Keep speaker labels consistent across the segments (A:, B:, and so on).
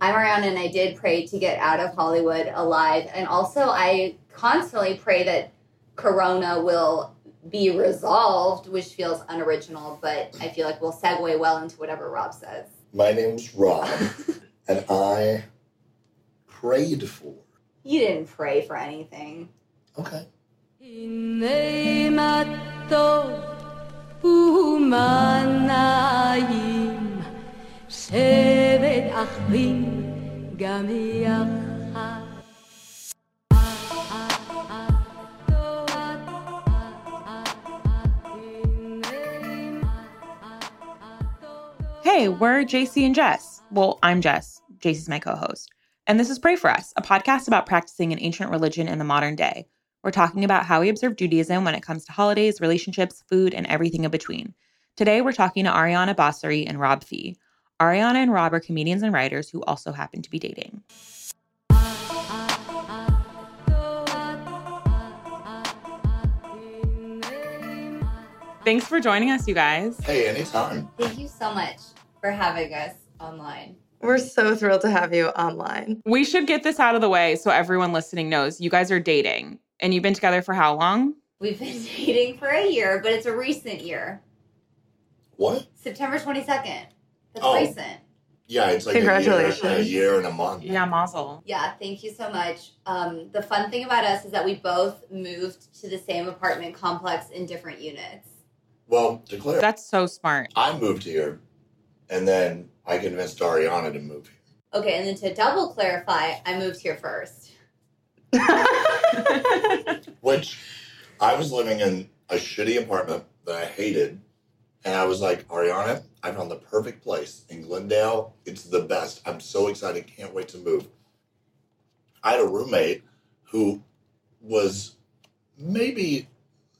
A: I'm around and I did pray to get out of Hollywood alive. And also, I constantly pray that Corona will be resolved, which feels unoriginal, but I feel like we'll segue well into whatever Rob says.
B: My name's Rob, and I prayed for.
A: You didn't pray for anything.
B: Okay.
C: 인내마또 ומנעים שבט אחים גם יחד.
D: Hey, we're JC and Jess. Well, I'm Jess. JC's my co host. And this is Pray For Us, a podcast about practicing an ancient religion in the modern day. We're talking about how we observe Judaism when it comes to holidays, relationships, food, and everything in between. Today, we're talking to Ariana Bosseri and Rob Fee. Ariana and Rob are comedians and writers who also happen to be dating. Thanks for joining us, you guys.
B: Hey, anytime.
A: Thank you so much for having us online.
E: We're so thrilled to have you online.
D: We should get this out of the way so everyone listening knows you guys are dating and you've been together for how long?
A: We've been dating for a year, but it's a recent year.
B: What?
A: September 22nd. That's
B: Oh.
A: recent.
B: Yeah, it's like
E: Congratulations.
B: A, year, a year and a month.
D: Yeah, Mazel.
A: Yeah, thank you so much. Um, the fun thing about us is that we both moved to the same apartment complex in different units.
B: Well, to clear,
D: That's so smart.
B: I moved here, and then I convinced Ariana to move here.
A: Okay, and then to double clarify, I moved here first.
B: Which I was living in a shitty apartment that I hated, and I was like, Ariana, I found the perfect place in Glendale. It's the best. I'm so excited. Can't wait to move. I had a roommate who was maybe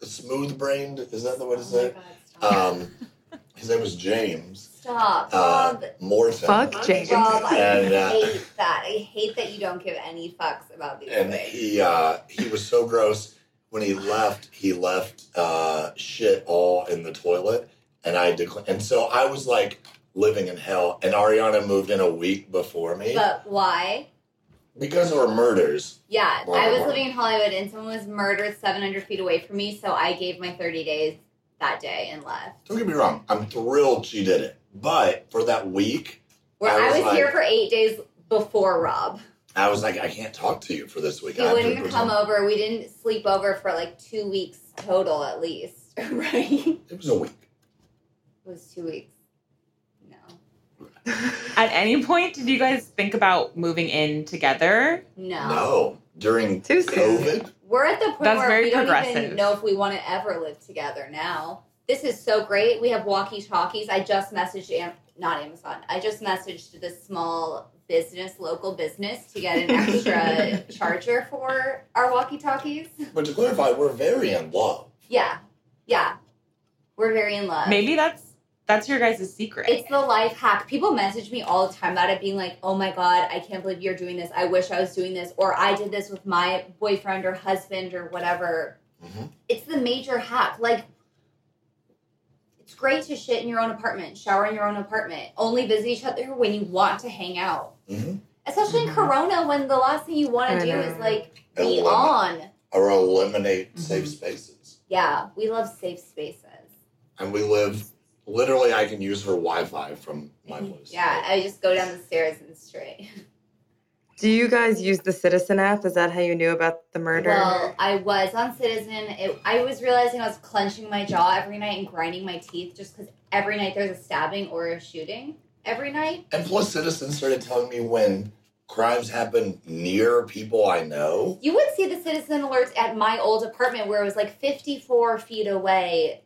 B: smooth brained. Is that the way to say it?
A: Oh God, stop.
B: Um, his name was James
A: stop.
B: uh,
A: Rob,
B: Morton.
E: Fuck James.
A: Rob, I
B: And, uh,
A: hate that. I hate that you don't give any fucks about these
B: and
A: things.
B: he uh, he was so gross when he left. He left uh, shit all in the toilet, and I decla- And so I was like living in hell. And Ariana moved in a week before me
A: But why?
B: because there were murders.
A: Yeah,
B: Why,
A: I was
B: why?
A: living in Hollywood and someone was murdered 700 feet away from me, so I gave my 30 days that day and left.
B: Don't get me wrong. I'm thrilled she did it, but for that week,
A: Where
B: I
A: I was,
B: was like-
A: here for eight days before Rob.
B: I was like, I can't talk to you for this week.
A: He
B: I have to
A: wouldn't
B: pretend-
A: come over. We didn't sleep over for like two weeks total at least, right? It
B: It was a week.
A: was two weeks. No.
D: At any point, did you guys think about moving in together?
A: No.
B: No, during
E: Too soon.
B: COVID.
A: We're at the point
D: That's
A: where
D: very
A: we don't even
D: progressive.
A: know if we want to ever live together now. This is so great. We have walkie talkies. I just messaged Am- not Amazon. I just messaged this small business, local business, to get an extra charger for our walkie talkies.
B: But to clarify, we're very in love.
A: Yeah, yeah. We're very in love.
D: Maybe that's that's your guys' secret.
A: It's the life hack. People message me all the time about it being like, oh my God, I can't believe you're doing this. I wish I was doing this. Or I did this with my boyfriend or husband or whatever.
B: Mhm.
A: It's the major hack. Like, it's great to shit in your own apartment, shower in your own apartment, only visit each other when you want to hang out.
B: Mm-hmm.
A: Especially in Corona, when the last thing you want
E: I
A: to do
E: know.
A: is like
B: I
A: be
B: love
A: on.
B: Or eliminate
D: Mhm.
B: safe spaces.
A: Yeah, we love safe spaces.
B: and we live literally I can use her Wi-Fi from my place.
A: Mm-hmm. Yeah, I just go down the stairs and straight.
E: Do you guys use the Citizen app? Is that how you knew about the murder?
A: Well, I was on Citizen. It, I was realizing I was clenching my jaw every night and grinding my teeth just because every night there's a stabbing or a shooting. Every night.
B: And plus, citizens started telling me when crimes happen near people I know.
A: You would see the Citizen alerts at my old apartment where it was like 54 feet away.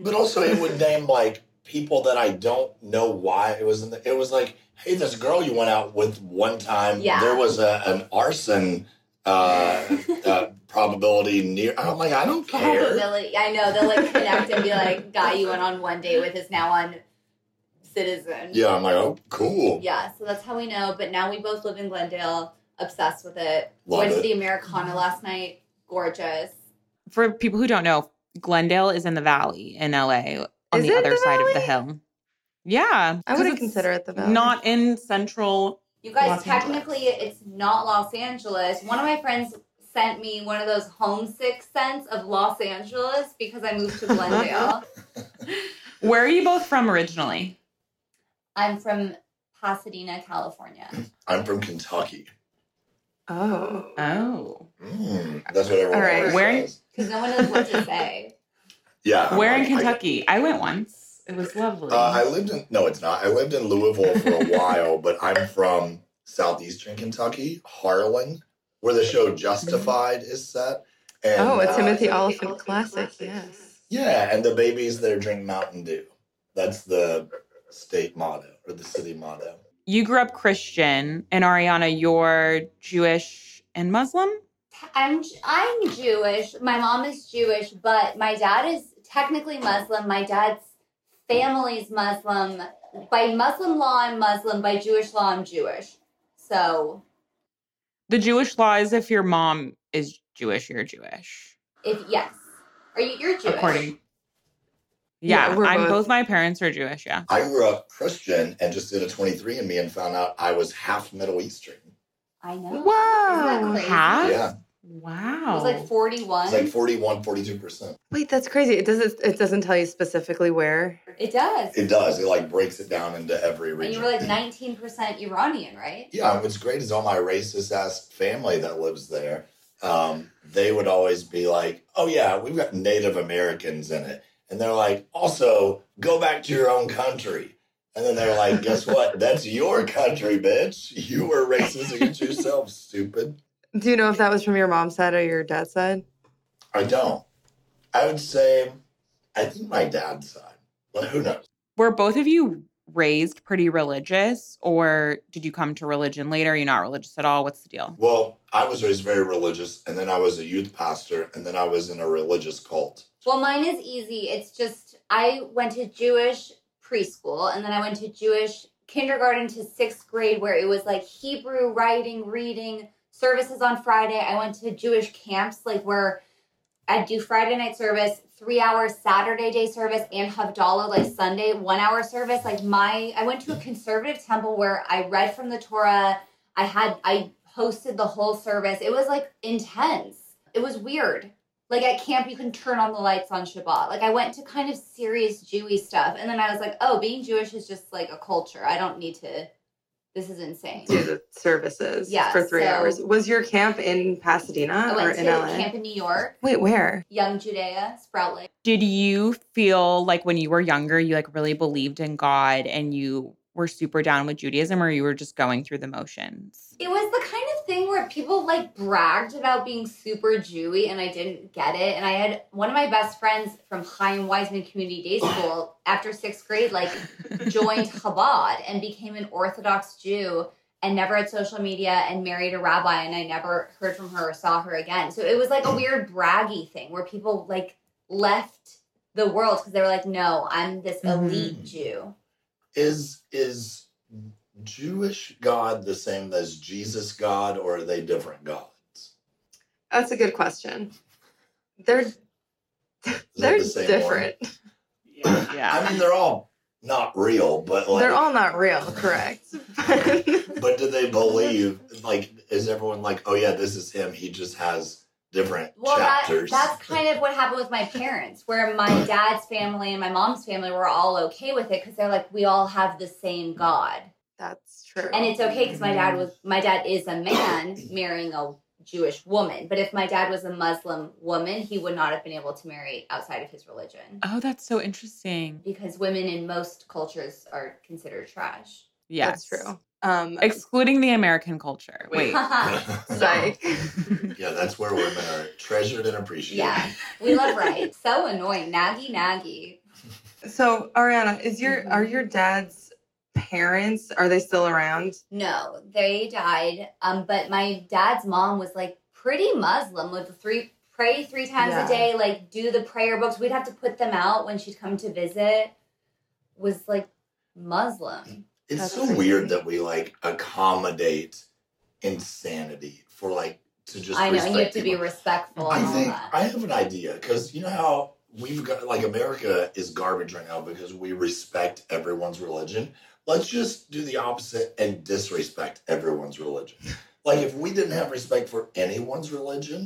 B: But also, it would name like people that I don't know why it was. In the, it was like, hey, this girl you went out with one time.
A: Yeah.
B: There was a, an arson uh, uh, probability near. I'm like, I don't care.
A: Probability. I know. They'll like connect and be like, guy you went on one date with is now on Citizen.
B: Yeah, I'm like, oh, cool.
A: Yeah, so that's how we know. But now we both live in Glendale, obsessed with it.
B: Love
A: Went
B: it.
A: to the Americana last night. Gorgeous.
D: For people who don't know, Glendale is in the valley in LA on
E: Is
D: the
E: it
D: other
E: the
D: side of the
E: valley?
D: hill. Yeah.
E: I
D: 'cause
E: wouldn't
D: it's
E: consider it the valley.
D: not in central
A: You guys,
D: Los Angeles.
A: technically, it's not Los Angeles. One of my friends sent me one of those homesick scents of Los Angeles because I moved to Glendale.
D: Where are you both from originally?
A: I'm from Pasadena, California.
B: I'm from Kentucky.
E: Oh.
D: Oh.
B: Mm, that's what everyone
E: All right,
B: always
D: where-
B: says.
A: Because no one knows what to say.
B: Yeah. I'm
D: Where in
B: like, I-
D: Kentucky? I, went once. It was lovely.
B: Uh, I lived in no, it's not. I lived in Louisville for a while, but I'm from southeastern Kentucky, Harlan, where the show Justified is set. And,
E: Oh, a
B: uh,
E: Timothy Oliphant classic, yes.
B: Yeah, and the babies there drink Mountain Dew. That's the state motto or the city motto.
D: you grew up Christian, and Ariana, you're Jewish and Muslim?
A: I'm I'm Jewish. My mom is Jewish, but my dad is technically Muslim. My dad's family's Muslim. By Muslim law, I'm Muslim. By Jewish law, I'm Jewish. So
D: The Jewish law is if your mom is Jewish, you're Jewish.
A: if yes, are you? You're Jewish.
D: According.
E: Yeah,
D: Yeah,
E: we're
D: I'm
E: both-
D: both my parents are Jewish, yeah.
B: I grew up Christian and just did a 23andMe and found out I was half Middle Eastern.
A: I know.
E: Whoa.
A: crazy?
D: Half?
B: Yeah,
A: It
D: Wow.
A: was like 41.
B: it's like 41, 42%.
E: Wait, that's crazy. It doesn't it doesn't tell you specifically where.
A: it does.
B: It does. It like breaks it down into every
A: and you
B: region.
A: were like 19% Iranian, right?
B: Yeah, and what's great is all my racist ass family that lives there. Um, they would always be like, "Oh yeah, we've got Native Americans in it," and they're like, "Also, go back to your own country." And then they're like, "Guess what? That's your country, bitch. You were racist against yourself, stupid."
E: Do you know if that was from your mom's side or your dad's side?
B: I don't. I would say, I think my dad's side, but who knows?
D: Were both of you raised pretty religious, or did you come to religion later? You're not religious at all. What's the deal?
B: Well, I was raised very religious, and then I was a youth pastor, and then I was in a religious cult.
A: Well, mine is easy. It's just I went to Jewish preschool and then I went to Jewish kindergarten to sixth grade where it was like Hebrew writing, reading, services on Friday. I went to Jewish camps like where I'd do Friday night service, three hour Saturday day service, and Havdalah like Sunday, one hour service. Like my I went to a conservative temple where I read from the Torah. I had I hosted the whole service. It was like intense. It was weird. Like at camp, you can turn on the lights on Shabbat. Like I went to kind of serious Jewy stuff, and then I was like, oh, being Jewish is just like a culture. I don't need to. This is insane.
E: Do the services
A: Yeah,
E: for three
A: so-
E: hours. Was your camp in Pasadena
A: I
E: or
A: went to
E: in LA?
A: camp in New York,
E: Wait, where?
A: Young Judea, Sprout Lake.
D: Did you feel like when you were younger, you like really believed in God and you were super down with Judaism, or you were just going through the motions?
A: It was the kind of thing where people like bragged about being super Jewy, and I didn't get it. And I had one of my best friends from Chaim Wiseman Community Day School after sixth grade, like joined Chabad and became an Orthodox Jew and never had social media and married a rabbi and I never heard from her or saw her again. So it was like a weird braggy thing where people like left the world because they were like, no, I'm this
D: Mhm.
A: elite Jew.
B: is is Jewish God the same as Jesus God, or are they different gods?
E: That's a good question. They're
B: Is that
E: they're
B: the same
E: different.
D: Yeah.
B: I mean, they're all not real, but like,
E: They're all not real, correct?
B: but do they believe? Like, is everyone like, oh yeah, this is him? He just has different
A: Well, that,
B: chapters.
A: that's kind of what happened with my parents, where my dad's family and my mom's family were all okay with it because they're like, we all have the same God.
E: That's true.
A: and it's okay because my dad was my dad is a man marrying a Jewish woman. But if my dad was a Muslim woman, he would not have been able to marry outside of his religion
D: Oh, that's so interesting.
A: because women in most cultures are considered trash.
D: Yes.
E: That's true. Um,
D: Excluding the American culture. Wait.
E: psych.
B: yeah, that's where women are treasured and appreciated.
A: yeah, we love rights. So annoying, naggy, naggy.
E: So Ariana, is your
A: Mhm.
E: are your dad's parents are they still around?
A: No, they died. Um, but my dad's mom was like pretty Muslim with the three pray three times
E: Yeah.
A: a day, like do the prayer books. We'd have to put them out when she'd come to visit. Was like Muslim.
B: It's
E: That's
B: so
E: crazy.
B: weird that we like accommodate insanity for like to just.
A: I know, and
B: respect
A: you have to be
B: people.
A: respectful
B: I
A: and all
B: think
A: that.
B: I have an idea because you know how we've got like America is garbage right now because we respect everyone's religion, let's just do the opposite and disrespect everyone's religion. Like if we didn't have respect for anyone's religion,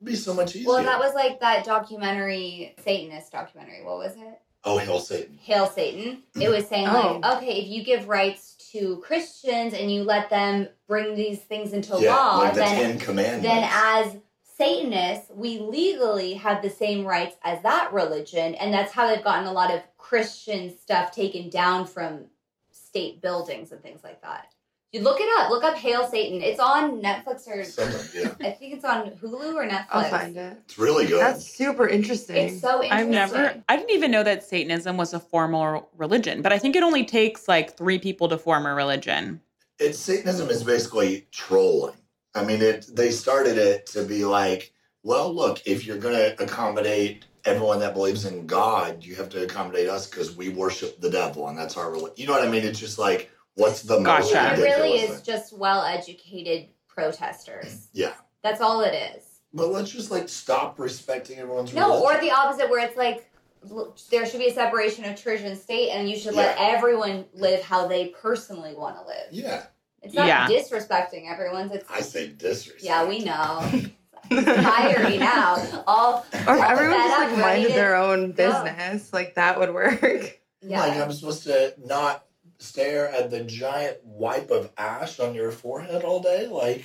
B: it'd be so much easier.
A: Well, that was like that documentary, Satanist documentary. What was it?
B: oh, hail Satan!
A: Hail Satan. It was saying, like, okay, if you give rights to Christians and you let them bring these things into
B: yeah,
A: law,
B: like the
A: then,
B: Ten Commandments.
A: then as Satanists, we legally have the same rights as that religion. And that's how they've gotten a lot of Christian stuff taken down from state buildings and things like that. You look it up. Look up Hail Satan. It's on Netflix or
B: Something, yeah,
A: I think it's on Hulu or Netflix.
E: I'll find it.
B: it's really good.
E: That's super interesting.
A: It's so interesting.
D: I've never, I didn't even know that Satanism was a formal religion, but I think it only takes like three people to form a religion.
B: it's Satanism is basically trolling. I mean, it they started it to be like, well, look, if you're going to accommodate everyone that believes in God, you have to accommodate us because we worship the devil and that's our religion. You know what I mean? It's just like, what's the most
D: Gotcha.
A: It
B: ridiculous
A: really is
B: thing?
A: just well educated protesters.
B: Yeah.
A: That's all it is.
B: But let's just like stop respecting everyone's
A: No,
B: religion.
A: or the opposite, where it's like l- there should be a separation of church and state, and you should let everyone live how they personally want to live.
B: yeah,
A: It's not
D: Yeah.
A: disrespecting everyone's. It's
B: I say disrespect.
A: yeah, we know. Fiery now. All
E: or if
A: All
E: everyone
A: that
E: just
A: up,
E: like
A: ready
E: minded
A: to
E: their own
A: go.
E: business, like that would work.
B: Like
A: yeah.
B: I'm supposed to not stare at the giant wipe of ash on your forehead all day? Like,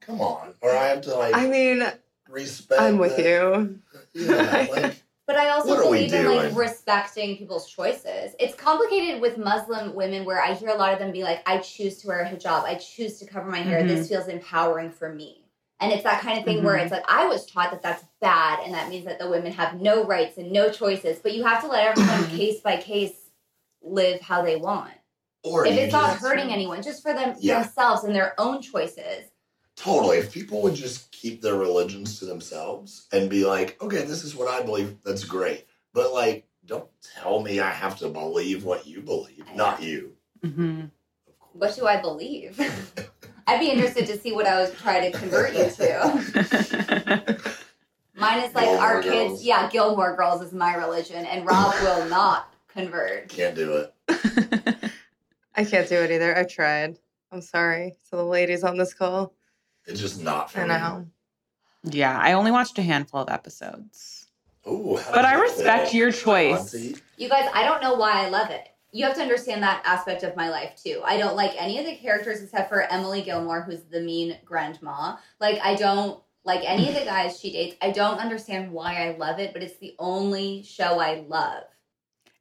B: come on. Or I have to like
E: I mean,
B: respect.
E: I'm with
B: the-
E: you.
B: Yeah, like,
A: But I also
B: What are we
A: believe in like
B: doing?
A: respecting people's choices. It's complicated with Muslim women where I hear a lot of them be like, I choose to wear a hijab, I choose to cover my hair, this feels empowering for me. And it's that kind of thing where it's like, I was taught that that's bad and that means that the women have no rights and no choices, but you have to let everyone case by case live how they want.
B: or
A: if
B: you
A: it's not
B: just-
A: hurting anyone, just for them
B: Yeah.
A: themselves and their own choices.
B: totally, if people would just keep their religions to themselves and be like, okay, this is what I believe, that's great. But like, don't tell me I have to believe what you believe, not you.
D: Mm-hmm.
B: of course.
A: What do I believe? I'd be interested to see what I was trying to convert you to. Mine is like our
B: Gilmore
A: kids.
B: Girls.
A: Yeah, Gilmore Girls is my religion, and Rob will not convert.
B: Can't do it.
E: I can't do it either. I've tried. I'm sorry. So the ladies on this call,
B: It's just not for
E: I know.
D: yeah, I only watched a handful of episodes,
B: me. Ooh, how
D: but
B: did
D: I
B: you
D: respect
B: do
D: your
B: that?
D: choice.
B: Auntie?
A: You guys, I don't know why I love it. You have to understand that aspect of my life too. I don't like any of the characters except for Emily Gilmore, who's the mean grandma. Like, I don't like any of the guys she dates. I don't understand why I love it, but it's the only show I love.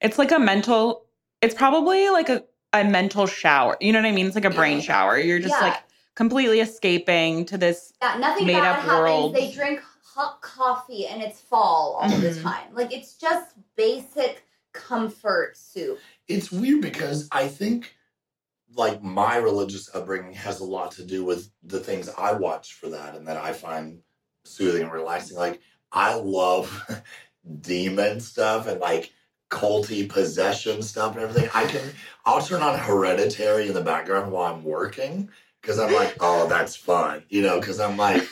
D: It's like a mental, it's probably like a, a mental shower. You know what I mean? It's like a brain
B: Yeah.
D: shower. You're just
A: Yeah.
D: like completely escaping to this.
A: That nothing
D: Made
A: bad
D: up
A: happens.
D: world.
A: They drink hot coffee and it's fall all the
B: Mm-hmm.
D: Mhm.
A: time. Like, it's just basic comfort soup.
B: it's weird because I think like my religious upbringing has a lot to do with the things I watch for that and that I find soothing and relaxing. Like I love demon stuff and like culty possession stuff and everything. I can I'll turn on hereditary in the background while I'm working because I'm like, oh that's fun. You know, because I'm like,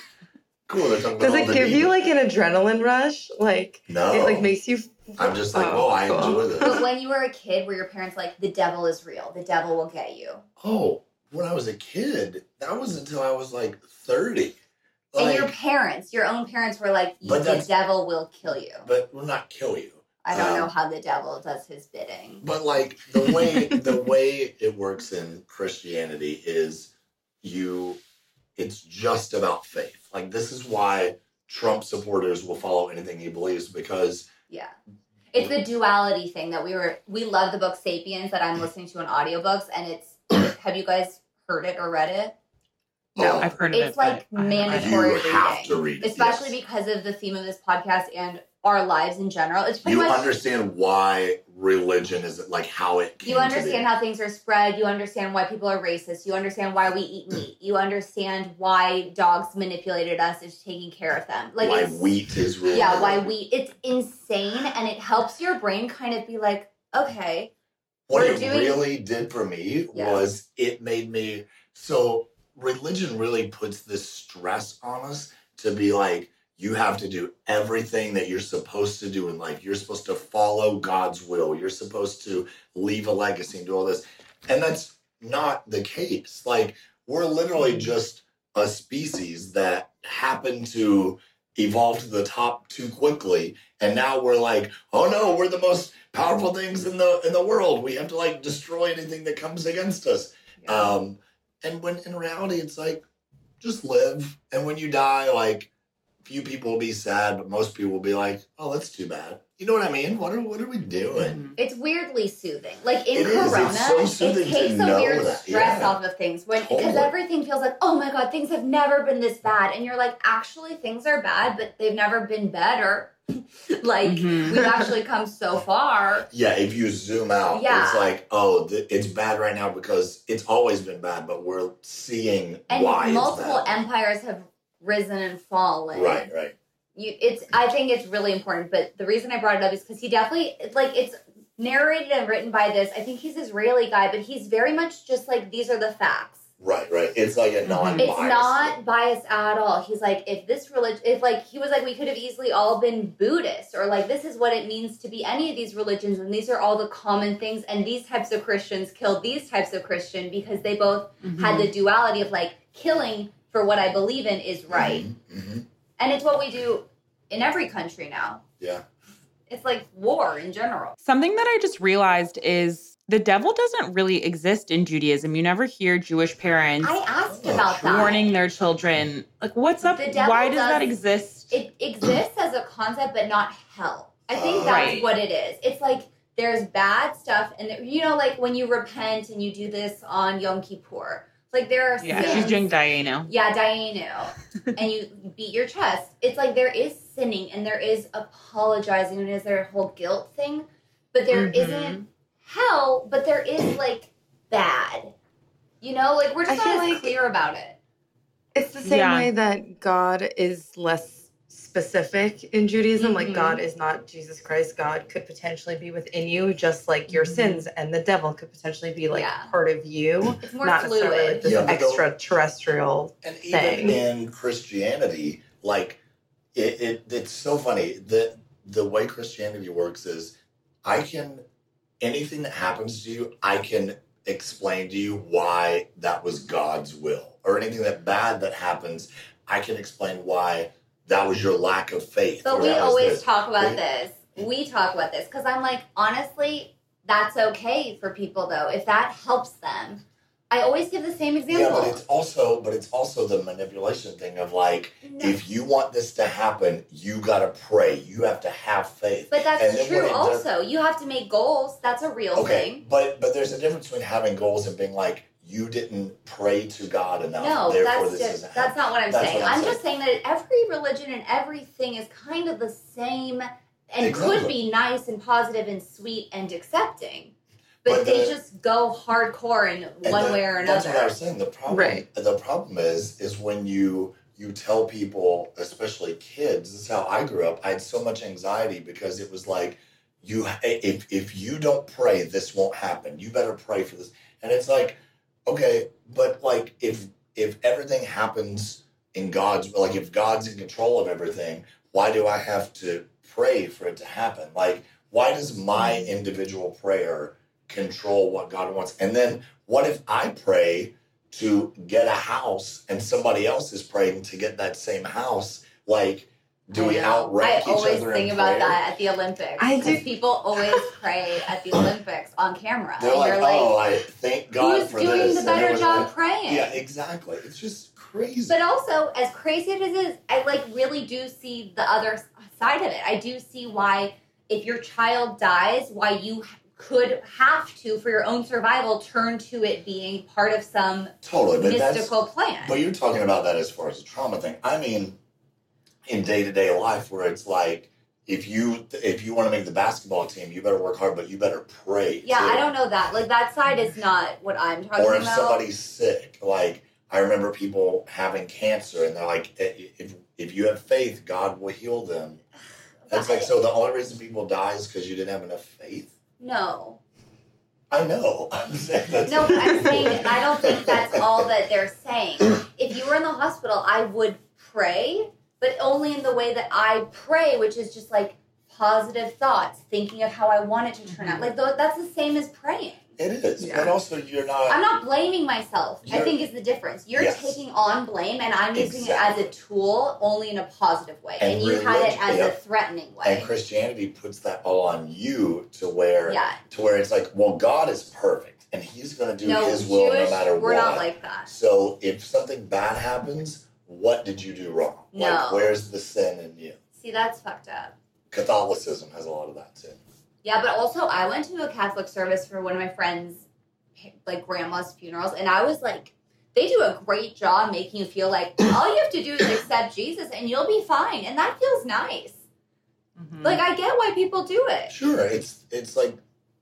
B: cool, they're talking about
E: Does
B: all
E: it
B: the
E: give you
B: demons.
E: like an adrenaline rush? Like
B: No.
E: it like makes you
B: I'm just like,
E: Oh,
B: oh, I
E: cool.
B: enjoy this.
A: But when you were a kid, were your parents like, the devil is real, the devil will get you?
B: Oh, when I was a kid, that was until I was like 30.
A: and your
B: Like,
A: parents, your own parents were like,
B: But
A: the
B: that's-
A: devil will kill you.
B: but will not kill you.
A: I don't
B: um,
A: know how the devil does his bidding.
B: But like the way the way it works in Christianity is you it's just about faith. Like this is why Trump supporters will follow anything he believes because
A: Yeah.
B: Mm-hmm.
A: It's the duality thing that we were, we love the book Sapiens that I'm listening to on audiobooks. And it's, have you guys heard it or read it?
E: No,
B: oh,
D: I've heard of it.
A: It's like
D: but I haven't read it.
A: mandatory
B: you
A: reading.
B: have to read it.
A: Especially
B: yes.
A: because of the theme of this podcast and our lives in general. It's pretty
B: you
A: much.
B: understand why religion is like how it came
A: You
B: to
A: understand
B: be.
A: how things are spread. You understand why people are racist. You understand why we eat meat. You understand why dogs manipulated us into taking care of them. Like
B: why
A: it's,
B: wheat is really
A: yeah, why we. It's insane, and it helps your brain kind of be like, okay,
B: what
A: We're
B: it
A: doing-
B: really did for me
A: Yeah.
B: was it made me so religion really puts this stress on us to be like you have to do everything that you're supposed to do in life you're supposed to follow god's will you're supposed to leave a legacy and do all this And that's not the case. Like, we're literally just a species that happened to evolve to the top too quickly. And now we're like, oh no, we're the most powerful things in the in the world. We have to like destroy anything that comes against us. Um, and when in reality, it's like, just live. And when you die, like, few people will be sad, but most people will be like, oh, that's too bad. You know what I mean? What are, what are we doing?
A: It's weirdly soothing. Like in
B: It is. It's
A: Corona,
B: so soothing
A: it
B: to
A: takes a
B: know
A: weird
B: that,
A: stress
B: yeah.
A: off of things when because
B: Totally.
A: everything feels like, oh my god, things have never been this bad, and you're like, actually, things are bad, but they've never been better. like
D: Mhm.
A: we've actually come so far.
B: Yeah, if you zoom out,
A: Yeah.
B: it's like, oh, th- it's bad right now because it's always been bad, but we're seeing
A: And
B: why
A: multiple
B: it's bad.
A: empires have risen and fallen.
B: right, right.
A: you it's i think it's really important but the reason i brought it up is because he definitely it's like it's narrated and written by this i think he's israeli guy but he's very much just like these are the facts
B: Right, right. It's like a non
A: Mm-hmm. it's not biased at all he's like if this religion if like he was like we could have easily all been buddhist or like this is what it means to be any of these religions and these are all the common things and these types of christians killed these types of christian because they both
D: Mm-hmm.
A: had the duality of like killing for what i believe in is right
B: hmm
A: and it's what we do in every country now.
B: Yeah.
A: It's like war in general.
D: Something that I just realized is the devil doesn't really exist in Judaism. You never hear Jewish parents
A: I asked about that.
D: warning their children, like, what's up?
A: The devil
D: Why does, that
A: does-
D: exist?
A: It exists as a concept, but not hell. I think
B: Uh,
A: that's
D: Right.
A: what it is. It's like there's bad stuff, and there- you know, like when you repent and you do this on Yom Kippur, like there are
D: yeah,
A: sins.
D: she's doing Diano.
A: Yeah, Dianu. and you beat your chest. It's like there is sinning and there is apologizing and is there a whole guilt thing, but there
D: Mhm.
E: Mm-hmm.
A: not hell, but there is like bad. You know, like we're just
E: I
A: not
E: feel
A: as
E: like-
A: clear about it.
E: It's the same
D: Yeah.
E: way that God is less specific in Judaism. Like
A: Mm-hmm.
D: Mhm.
E: God is not Jesus Christ. God could potentially be within you, just like your
D: Mhm.
E: sins, and the devil could potentially be like
A: Mm-hmm. Yeah.
E: part of you,
A: It's more
E: not necessarily like
A: fluid.
E: this
B: Yeah, but the-
E: extraterrestrial.
B: And even
E: thing.
B: in Christianity, like it, it, it's so funny the the way Christianity works is I can anything that happens to you, I can explain to you why that was God's will, or anything that bad that happens, I can explain why that was your lack of faith.
A: But
B: or
A: we
B: that was
A: always
B: this.
A: talk about
B: We-
A: this. We talk about this because I'm like, honestly, that's okay for people though, if that helps them. I always give the same example.
B: Yeah, but it's also but it's also the manipulation thing of like
A: No.
B: if you want this to happen, you gotta pray. You have to have faith.
A: But
B: And
A: that's
B: then when
A: true.
B: it does-
A: Also, you have to make goals. That's a real
B: Okay,
A: thing.
B: but but there's a difference between having goals and being like you didn't pray to God enough.
A: No,
B: therefore
A: that's
B: this
A: just,
B: isn't
A: that's
B: happening.
A: not what I'm
B: That's
A: saying.
B: what I'm
A: I'm, just saying that every religion and everything is kind of the same, and could
B: Exactly.
A: be nice and positive and sweet and accepting, but,
B: But
A: they
B: the-
A: just go hardcore in
B: And
A: one
B: the-
A: way or
B: That's what I
A: another.
B: was saying. The problem,
E: Right.
B: the problem is, is when you you tell people, especially kids. This is how I grew up. I had so much anxiety because it was like, you if if you don't pray, this won't happen. You better pray for this. And it's like, okay, but like if if everything happens in God's like if God's in control of everything, why do I have to pray for it to happen? Like, why does my
A: Mm-hmm.
B: individual prayer control what God wants? And then what if I pray to get a house and somebody else is praying to get that same house? Like, do we
A: I know.
B: outrank
A: I
B: each
A: always
B: other? in
A: think about
B: prayer?
A: that at the Olympics.
E: I
A: 'cause
E: do-
A: People always pray at the Olympics on camera.
B: They're
A: and
B: like,
A: you're
B: oh,
A: like,
B: I thank God
A: who's
B: for
A: doing
B: this.
A: the
B: And
A: better
B: everyone's
A: job
B: like-
A: praying?
B: Yeah, exactly. It's just crazy.
A: But also, as crazy as it is, I like really do see the other s- side of it. I do see why if your child dies, why you h- could have to, for your own survival, turn to it being part of some
B: totally, but that's
A: mystical plan.
B: But you're talking about that as far as a trauma thing. I mean, in day to day life, where it's like if you if you want to make the basketball team, you better work hard, but you better pray.
A: yeah,
B: too.
A: I don't know that. Like that side is not what I'm talking
B: Or if
A: about.
B: somebody's sick, like I remember people having cancer, and they're like, "I- if if you have faith, God will heal them. That's like so. The only reason people die is because you didn't have enough faith.
A: no,
B: I know. I'm saying that's
A: no. I'm saying I don't think that's all that they're saying. If you were in the hospital, I would pray, but only in the way that I pray, which is
B: Mm-hmm.
A: just like positive thoughts, thinking of how I want it to turn out. Like tho- that's the same as praying.
B: It is.
E: Yeah.
B: But also, you're not.
A: I'm not blaming myself. I
B: You're-
A: think is the difference. You're
B: Yes.
A: taking on blame, and I'm using
B: Exactly.
A: it as a tool, only in a positive way.
B: And
A: And, you had it
B: religion-
A: as
B: yeah.
A: a threatening
B: and
A: way.
B: Christianity puts that all on you to where
A: Yeah.
B: to where it's like, well, God is perfect and He's going to do
A: No,
B: His will
A: Jewish,
B: no matter
A: we're
B: what.
A: not like that.
B: so if something bad happens, what did you do wrong? Like,
A: No.
B: where's the sin in you?
A: See, that's fucked up.
B: Catholicism has a lot of that too.
A: Yeah, but also I went to a Catholic service for one of my friends, like grandma's funerals, and I was like, they do a great job making you feel like all you have to do is accept Jesus and you'll be fine, and that feels nice.
D: Mhm.
A: Like I get why people do it.
B: Sure, it's it's like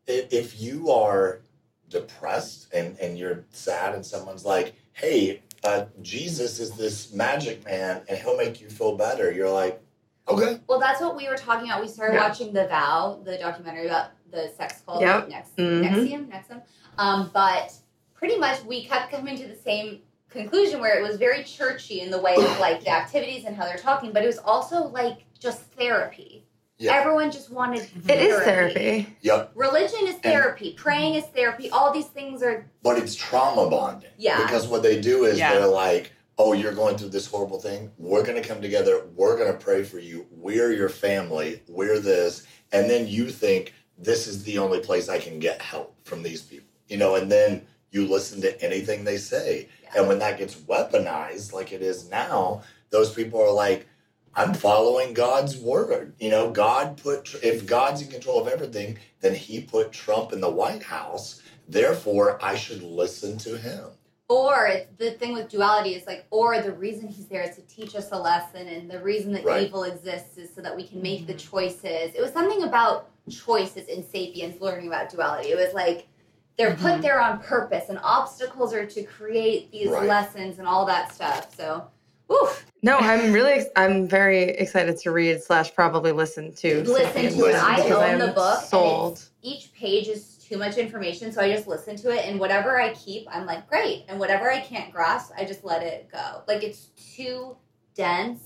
B: i- if you are depressed and and you're sad, and someone's like, "Hey, uh, Jesus is this magic man, and he'll make you feel better," you're like, "Okay,
A: Well, that's what we were talking about. We started
E: Yeah.
A: watching The Vow, the documentary about the sex cult.
E: Yep.
A: Next,
E: Mhm.
A: Nexium, Nexium. Um, but pretty much we kept coming to the same conclusion where it was very churchy in the way of like the activities and how they're talking, but it was also like just therapy.
B: Yeah.
A: Everyone just wanted
E: It
A: therapy.
E: is therapy.
B: yep."
A: Religion is therapy. praying is therapy. All these things are
B: But it's trauma bonding.
A: Yeah.
B: Because what they do is
D: Yeah.
B: they're like, "Oh, you're going through this horrible thing. We're going to come together. We're going to pray for you. We're your family. We're this." And then you think this is the only place I can get help from these people, you know. And then you listen to anything they say,
A: yeah.
B: And when that gets weaponized like it is now, those people are like, I'm following God's word. You know, God put, if God's in control of everything, then he put Trump in the White House. Therefore, I should listen to him.
A: or it's- the thing with duality is like or the reason he's there is to teach us a lesson and the reason that
B: Right.
A: evil exists is so that we can make the choices it was something about choices in sapiens learning about duality it was like they're put there on purpose and obstacles are to create these
B: Right.
A: lessons and all that stuff so oof,
E: No, I'm really, ex- I'm very excited to read slash probably listen to.
A: listen to it
B: Listen
A: i
B: to it.
A: own the book and
E: Sold.
A: it's, each page is too much information so i just listen to it and whatever i keep i'm like great and whatever i can't grasp i just let it go like it's too dense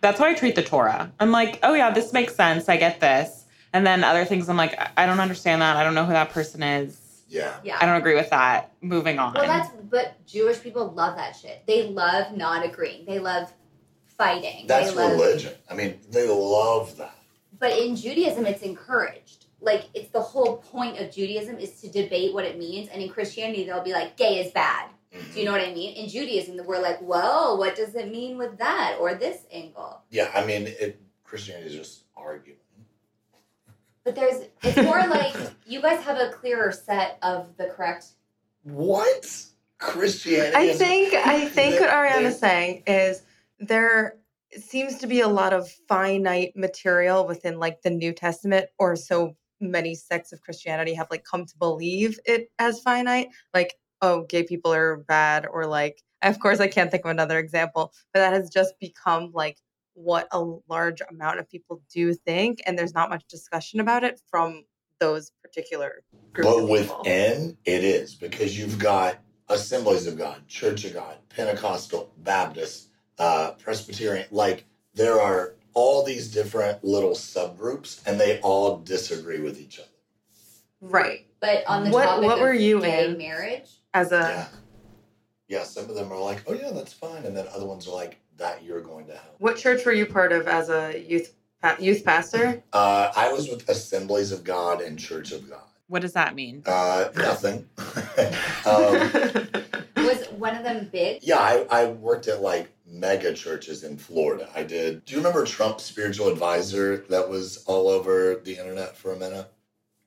D: That's how I treat the Torah. I'm like, oh yeah, this makes sense. I get this. And then other things, I'm like, I I don't understand that. I don't know who that person is.
B: Yeah.
A: Yeah.
D: I don't agree with that. Moving on.
A: well, that's but Jewish people love that shit. They love not agreeing. They love fighting.
B: That's
A: they love,
B: religion. I mean, they love that.
A: But in Judaism, it's encouraged. Like it's the whole point of Judaism is to debate what it means. And in Christianity, they'll be like, "Gay is bad." Do
B: Mm-hmm.
A: you know what I mean? In Judaism, we're like, "Whoa, what does it mean with that or this angle?"
B: Yeah. I mean, it, Christianity is just arguing.
A: But there's it's more like you guys have a clearer set of the correct.
B: What? Christianity
E: I
B: is-
E: think I think what
B: They're-
E: Ariana's saying is there seems to be a lot of finite material within like the New Testament, or so many sects of Christianity have like come to believe it as finite. Like, oh, gay people are bad, or like, of course, I can't think of another example, but that has just become like what a large amount of people do think, and there's not much discussion about it from those particular groups.
B: But
E: of people.
B: within it is because you've got Assemblies of God, Church of God, Pentecostal, Baptist, uh, Presbyterian. Like there are all these different little subgroups, and they all disagree with each other.
E: right
A: But on the
E: What-
A: topic
E: what
A: of
E: were you
A: gay
E: in?
A: marriage,
E: as a.
B: yeah, yeah. Some of them are like, "Oh yeah, that's fine," and then other ones are like, "That you're going to hell."
E: What church were you part of as a youth pa- youth pastor?
B: Uh, I was with Assemblies of God and Church of God.
D: what does that mean?
B: Uh, nothing. um,
A: was one of them big?
B: Yeah, I, I worked at like mega churches in Florida. I did. Do you remember Trump's spiritual advisor that was all over the internet for a minute?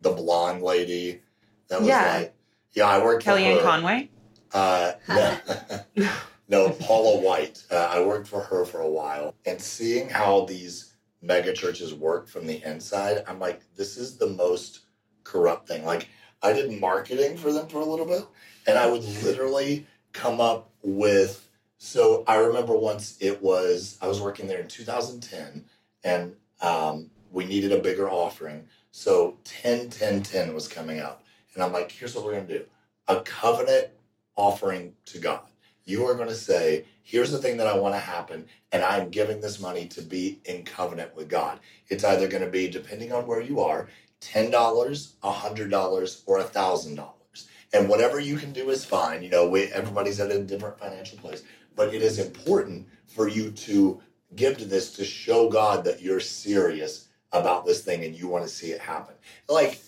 B: The blonde lady that was
E: Yeah.
B: like, yeah, I worked
D: Kellyanne
B: for her.
D: Conway?
B: Uh, no, no, Paula White. Uh, I worked for her for a while, and seeing how these mega churches work from the inside, I'm like, this is the most corrupt thing. Like, I did marketing for them for a little bit, and I would literally come up with. So I remember once it was I was working there in 2010, and um, we needed a bigger offering. So 10, 10, 10 was coming up, and I'm like, here's what we're gonna do: a covenant offering to God. You are going to say, here's the thing that I want to happen, and I'm giving this money to be in covenant with God. It's either going to be, depending on where you are, $10, $100, or $1,000. And whatever you can do is fine. You know, we, everybody's at a different financial place, but it is important for you to give to this to show God that you're serious about this thing and you want to see it happen. Like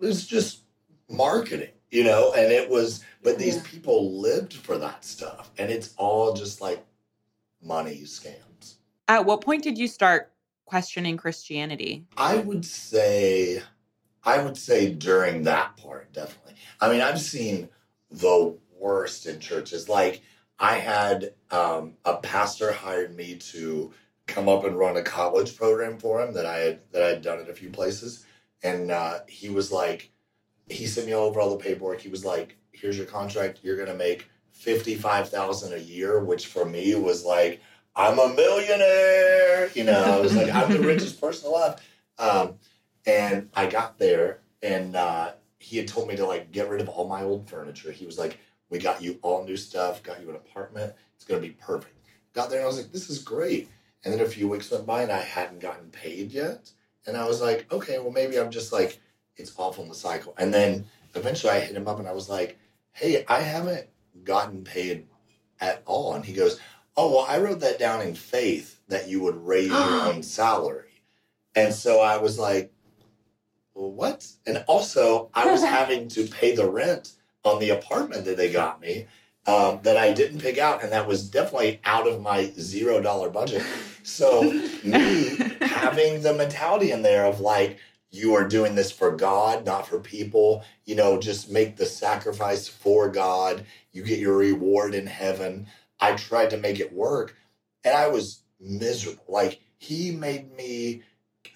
B: it's just marketing, you know. And it was, but these
E: Yeah.
B: people lived for that stuff, and it's all just like money scams.
D: At what point did you start questioning Christianity?
B: I would say, I would say during that part, definitely. I mean, I've seen the worst in churches. Like, I had um, a pastor hired me to come up and run a college program for him that I had that I had done at a few places, and uh, he was like, he sent me over all the paperwork. He was like, "Here's your contract. You're gonna make fifty five thousand a year," which for me was like. I'm a millionaire. You know, I was like, I'm the richest person alive. Um, and I got there, and uh, he had told me to like get rid of all my old furniture. He was like, "We got you all new stuff. Got you an apartment. It's gonna be perfect." Got there, and I was like, "This is great." And then a few weeks went by, and I hadn't gotten paid yet. And I was like, "Okay, well maybe I'm just like it's off on the cycle." And then eventually, I hit him up, and I was like, "Hey, I haven't gotten paid at all." And he goes. Oh, well, I wrote that down in faith that you would raise your own salary. And so I was like, well, what? And also, I was having to pay the rent on the apartment that they got me um, that I didn't pick out. And that was definitely out of my $0 budget. So, me having the mentality in there of like, you are doing this for God, not for people, you know, just make the sacrifice for God. You get your reward in heaven. I tried to make it work and I was miserable. Like he made me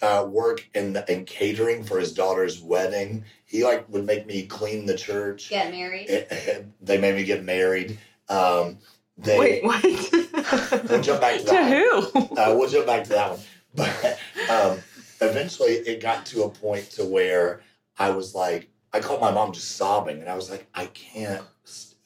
B: uh, work in, the, in catering for his daughter's wedding. He like would make me clean the church.
A: Get married.
B: they made me get married. Um, they,
E: Wait, what?
B: We'll jump back to
D: To
B: that.
D: who?
B: Uh, we'll jump back to that one. But um, eventually it got to a point to where I was like, I called my mom just sobbing and I was like, I can't,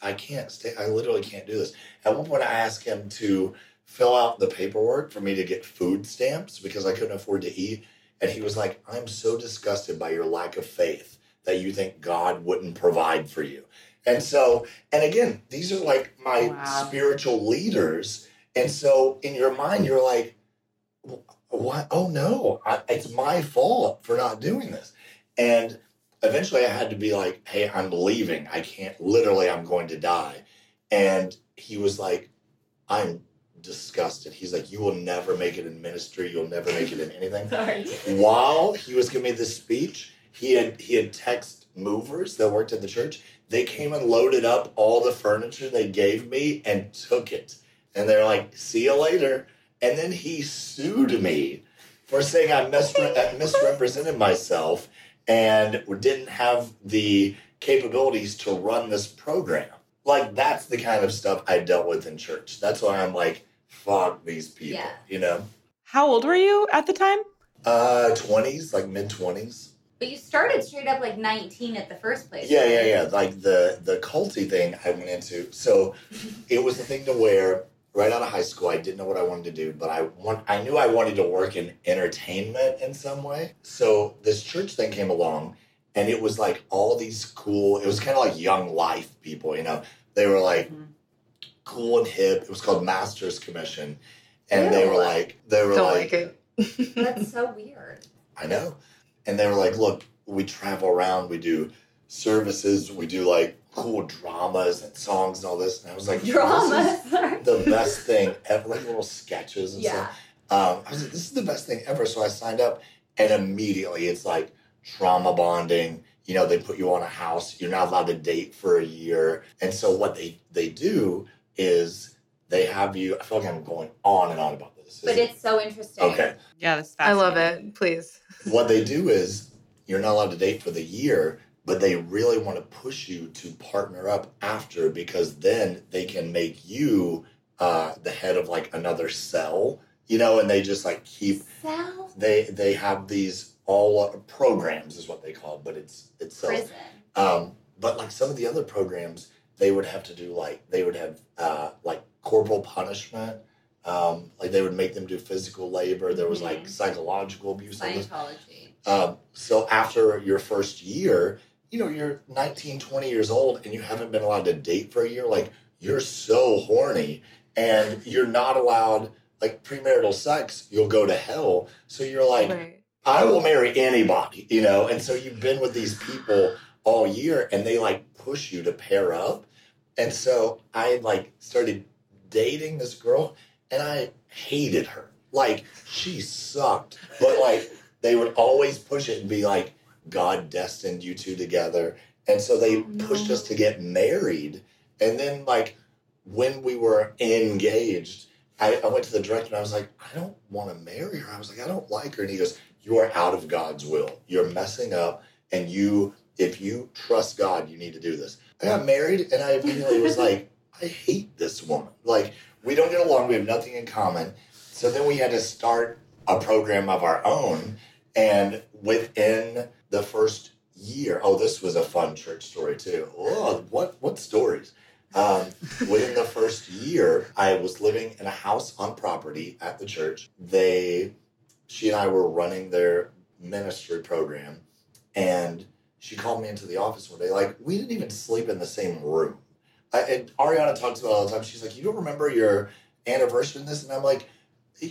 B: I can't stay. I literally can't do this. At one point I asked him to fill out the paperwork for me to get food stamps because I couldn't afford to eat. And he was like, I'm so disgusted by your lack of faith that you think God wouldn't provide for you. And so, and again, these are like my
D: Wow.
B: spiritual leaders. And so in your mind, you're like, what? Oh no, I, it's my fault for not doing this. And eventually I had to be like, hey, I'm leaving. I can't, literally, I'm going to die. And he was like, I'm disgusted. He's like, you will never make it in ministry. You'll never make it in anything
A: Sorry.
B: while he was giving me this speech, he had he had text movers that worked at the church. They came and loaded up all the furniture they gave me and took it. And they're like, "See you later." And then he sued me for saying I misre- I misrepresented myself and didn't have the capabilities to run this program. Like that's the kind of stuff I dealt with in church. That's why I'm like, "Fuck these people,"
A: Yeah.
B: you know.
D: How old were you at the time?
B: Uh, twenties, like mid twenties.
A: But you started straight up like 19 at the first place.
B: Yeah, yeah, yeah. Like the the culty thing I went into. So it was the thing to wear right out of high school. I didn't know what I wanted to do, but I want I knew I wanted to work in entertainment in some way. So this church thing came along and it was like all these cool it was kind of like young life people, you know. They were like
D: Mhm.
B: cool and hip. It was called Masters Commission. And they were
A: Ew.
B: like they were
E: Don't
B: like
E: like it.
A: That's so weird.
B: I know. And they were like, look, we travel around, we do services, we do like cool dramas and songs and all this. And I was like,
A: Drama.
B: This is the best thing ever. Like little sketches and
A: yeah.
B: stuff. Um, I was like, this is the best thing ever. So I signed up and immediately it's like trauma bonding. You know, they put you on a house, you're not allowed to date for a year. And so what they they do is they have you I feel like I'm going on and on about this.
A: But
B: Is it-
A: it's so interesting.
B: okay
D: Yeah, this is
E: I love
D: fascinating.
E: it. Please.
B: what they do is you're not allowed to date for the year, but they really want to push you to partner up after because then they can make you uh, the head of like another cell, you know, and they just like keep
A: Cell
B: they they have these all uh, programs is what they call, it, but it's it's cells.
A: prison.
B: Um, but like some of the other programs, they would have to do like they would have uh, like corporal punishment. Um, like they would make them do physical labor. There was like
A: Mhm.
B: psychological abuse. all this
A: Scientology.
B: um, so after your first year, you know, you're 19, 20 years old and you haven't been allowed to date for a year, like you're so horny and you're not allowed like premarital sex, you'll go to hell. So you're like,
E: Right.
B: I will marry anybody, you know? And so you've been with these people all year and they like push you to pair up. And so I like started dating this girl and I hated her. Like she sucked, but like they would always push it and be like, God destined you two together. And so they pushed us to get married. And then like when we were engaged, I, I went to the director and I was like, I don't want to marry her. I was like, I don't like her. And he goes, You are out of God's will. You're messing up. And you, if you trust God, you need to do this. I got married and I immediately was like, I hate this woman. Like, we don't get along. We have nothing in common. So then we had to start a program of our own. And within the first year, oh, this was a fun church story too. Oh, what, what stories? Um, within the first year, I was living in a house on property at the church. They, she and I were running their ministry program, and she called me into the office one day. Like we didn't even sleep in the same room. I, and Ariana talks about it all the time. She's like, "You don't remember your anniversary in this?" And I'm like,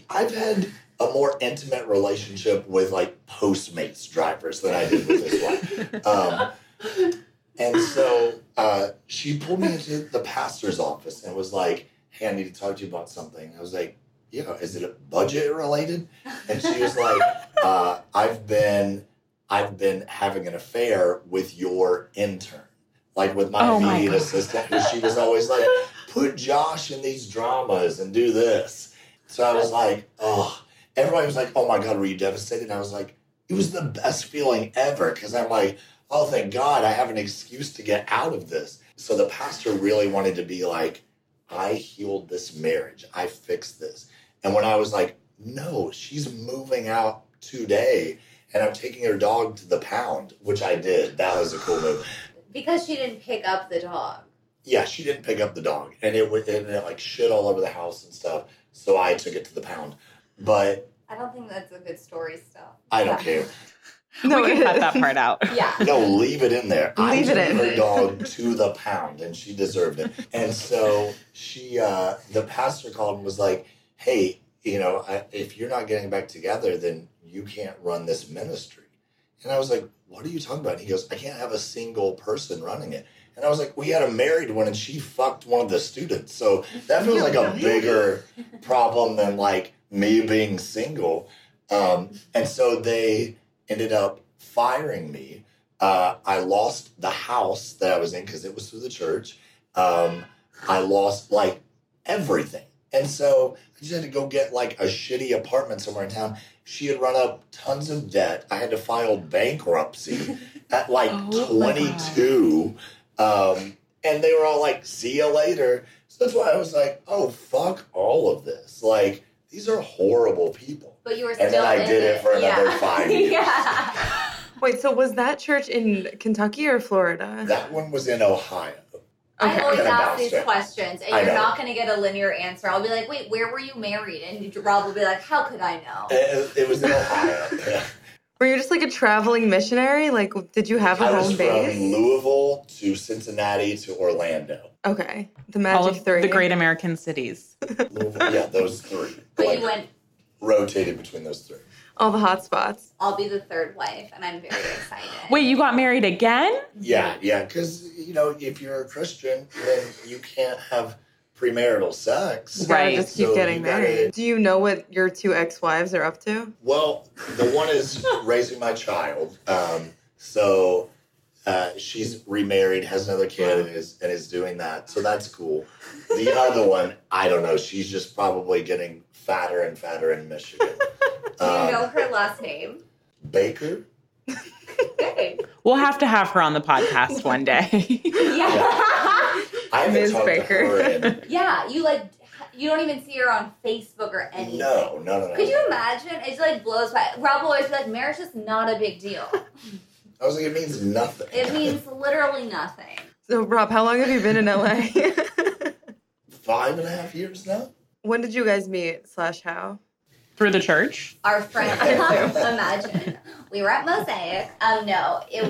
B: "I've had a more intimate relationship with like Postmates drivers than I did with this one." Um, and so uh, she pulled me into the pastor's office and was like, Hey, I need to talk to you about something. I was like, Yeah, is it budget related? And she was like, uh, I've been I've been having an affair with your intern. Like with my
D: Oh my
B: immediate
D: God.
B: assistant. And she was always like, put Josh in these dramas and do this. So I was like, oh. Everybody was like, oh my God, were you devastated? And I was like, it was the best feeling ever. Cause I'm like, oh, thank God I have an excuse to get out of this. So the pastor really wanted to be like, I healed this marriage. I fixed this. And when I was like, no, she's moving out today and I'm taking her dog to the pound, which I did. That was a cool move.
A: because she didn't pick up the dog.
B: Yeah, she didn't pick up the dog and it would, and it like shit all over the house and stuff. So I took it to the pound. But
A: I don't think that's a good story still.
B: I don't care.
E: No,
D: we can cut that part out.
A: Yeah.
B: No, leave it in there.
E: Leave
B: I
E: it
B: took
E: in.
B: Her dog to the pound, and she deserved it. And so she, uh, the pastor called and was like, "Hey, you know, I, if you're not getting back together, then you can't run this ministry." And I was like, "What are you talking about?" And he goes, "I can't have a single person running it." And I was like, "We had a married one, and she fucked one of the students, so that feels like a bigger problem than like me being single." Um, and so they ended up firing me uh, I lost the house that I was in because it was through the church. Um, I lost like everything. And so I just had to go get like a shitty apartment somewhere in town. She had run up tons of debt. I had to file bankruptcy at like
D: Oh, my God.
B: 22. Um, and they were all like, see you later. So that's why I was like, oh, fuck all of this. Like, these are horrible people.
A: But you were still
B: And then I
A: in
B: did
A: it,
B: it for another
A: yeah.
B: five years.
A: yeah.
E: Wait, so was that church in Kentucky or Florida?
B: That one was in Ohio.
A: I
E: Okay.
A: always
B: Kinda
A: ask
B: bounced
A: these
B: it.
A: questions, and
B: I
A: you're
B: know.
A: not going to get a linear answer. I'll be like, "Wait, where were you married?" And Rob will be like, "How could I know?"
B: It, it was in Ohio.
E: Were you just like a traveling missionary? Like, did you have a
B: I was
E: home
B: from
E: base?
B: Louisville to Cincinnati to Orlando.
E: Okay, the
D: All
E: magic
D: of
E: three.
D: the great American cities.
B: Louisville, yeah, those three.
A: But
B: Like,
A: you went.
B: rotated between those three.
E: all the hot spots.
A: I'll be the third wife, and I'm very excited.
D: Wait, you got married again?
B: Yeah,
A: Mm-hmm.
B: yeah, because you know, if you're a Christian, then you can't have premarital sex.
E: Gotta
D: Right.
E: just keep
B: So
E: getting
B: you gotta-
E: married. Do you know what your two ex-wives are up to?
B: Well, the one is raising my child. Um, so uh, she's remarried, has another kid, and is and is doing that. So that's cool. The other one, I don't know. She's just probably getting fatter and fatter in Michigan.
A: Do you know
B: Um,
A: her last name?
B: Baker.
A: Okay.
D: We'll have to have her on the podcast one day.
A: Yeah.
B: I haven't
E: Ms.
B: talked
E: Baker.
B: to her in
A: yeah. You like. You don't even see her on Facebook or anything.
B: No, no, no, no.
A: Could you imagine? It like blows my. Rob will always be like, marriage is not a big deal.
B: I was like, it means nothing.
A: It means literally nothing.
E: So, Rob, how long have you been in LA?
B: five and a half years now.
E: when did you guys meet? Slash how?
D: through the church.
A: Our friend, imagine we were at Mosaic. Um, no, it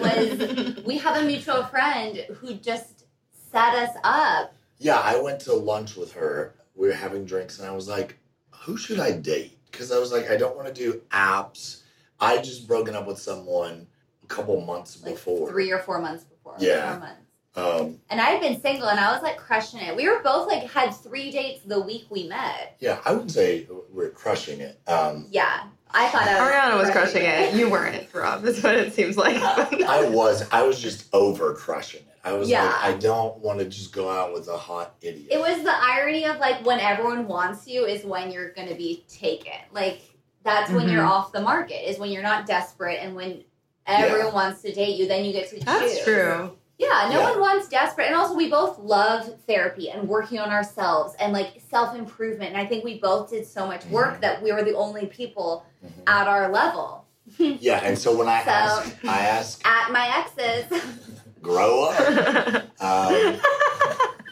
A: was we have a mutual friend who just set us up.
B: Yeah, I went to lunch with her. We were having drinks, and I was like, who should I date? Because I was like, I don't want to do apps. I just broken up with someone a couple months
A: Like
B: before.
A: three or four months before.
B: Yeah.
A: Four months.
B: Um,
A: And I had been single, and I was like crushing it. We were both like had three dates the week we met.
B: yeah, I wouldn't say we're crushing it. Um,
A: Yeah, I thought I was
E: Ariana was crushing it. Uh, You weren't, Rob. That's what it seems like.
B: I was, I was just over crushing it. I was
A: Yeah.
B: like, I don't want to just go out with a hot idiot.
A: It was the irony of like when everyone wants you is when you're going to be taken. Like that's when you're off the market is when you're not desperate and when everyone wants to date you, then you get to
E: That's
A: choose.
E: true.
A: Yeah, no
B: Yeah.
A: one wants desperate. And also, we both love therapy and working on ourselves and like self improvement. And I think we both did so much work
B: Mhm.
A: that we were the only people
B: Mhm.
A: at our level.
B: Yeah, and so when I
A: So-
B: ask, I ask,
A: At my ex's,
B: grow up. Um,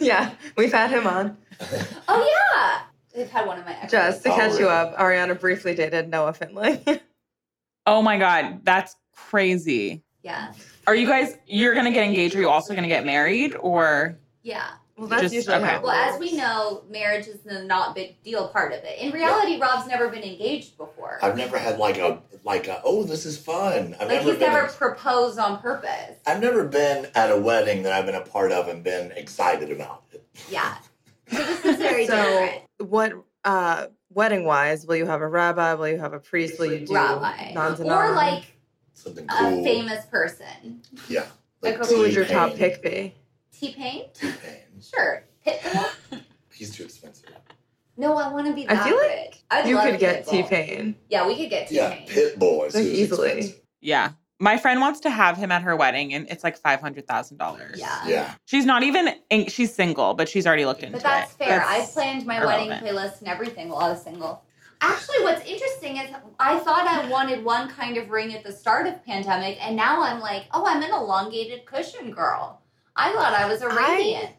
E: yeah, we've had him on.
A: oh yeah, they've had one of my exes.
E: Just to
B: Oh,
E: catch you
B: really?
E: up, Ariana briefly dated Noah Finley.
D: Oh my God, that's crazy.
A: yeah,
D: Are you guys, you're going to get engaged? Are you also going to get married? Or
A: yeah.
E: well, that's
D: Just-
E: usually
D: okay.
E: how it
A: Well, as we
E: works.
A: know, marriage is the not big deal part of it. In reality, Rob's never been engaged before.
B: I've never had like a like a oh this is fun. I've
A: like
B: never
A: he's
B: been
A: never proposed on purpose.
B: I've never been at a wedding that I've been a part of and been excited about it.
A: Yeah. So this is very
E: So,
A: different.
E: what uh, wedding wise will you have a rabbi? Will you have a priest? Will you do
A: Rabbi.
E: non-denom?
A: Or like
B: Something
A: a
B: cool.
A: famous person.
B: Yeah.
A: Like,
E: who would your top
B: T-Pain.
E: pick be?
A: T Pain?
B: T-Pain.
A: Sure. Pitbull?
B: He's too expensive.
A: No, I want to be
E: I
A: that
E: feel like
A: rich. I'd
E: you
A: love
E: could get T
A: Pitbull.
E: Pain.
A: Yeah, we could get T
B: Yeah,
A: Pain.
B: Pitbull is
E: Like,
B: who's
E: easily.
B: expensive.
D: yeah. My friend wants to have him at her wedding and it's like $500,000.
A: Yeah.
B: Yeah.
D: She's not even, in- she's single, but she's already looked into
A: But that's
D: it.
A: fair. I planned my
D: irrelevant.
A: wedding playlist and everything while I was single. Actually, what's interesting is I thought I wanted one kind of ring at the start of pandemic, and now I'm like, oh, I'm an elongated cushion girl. I thought I was a
E: I-
A: radiant.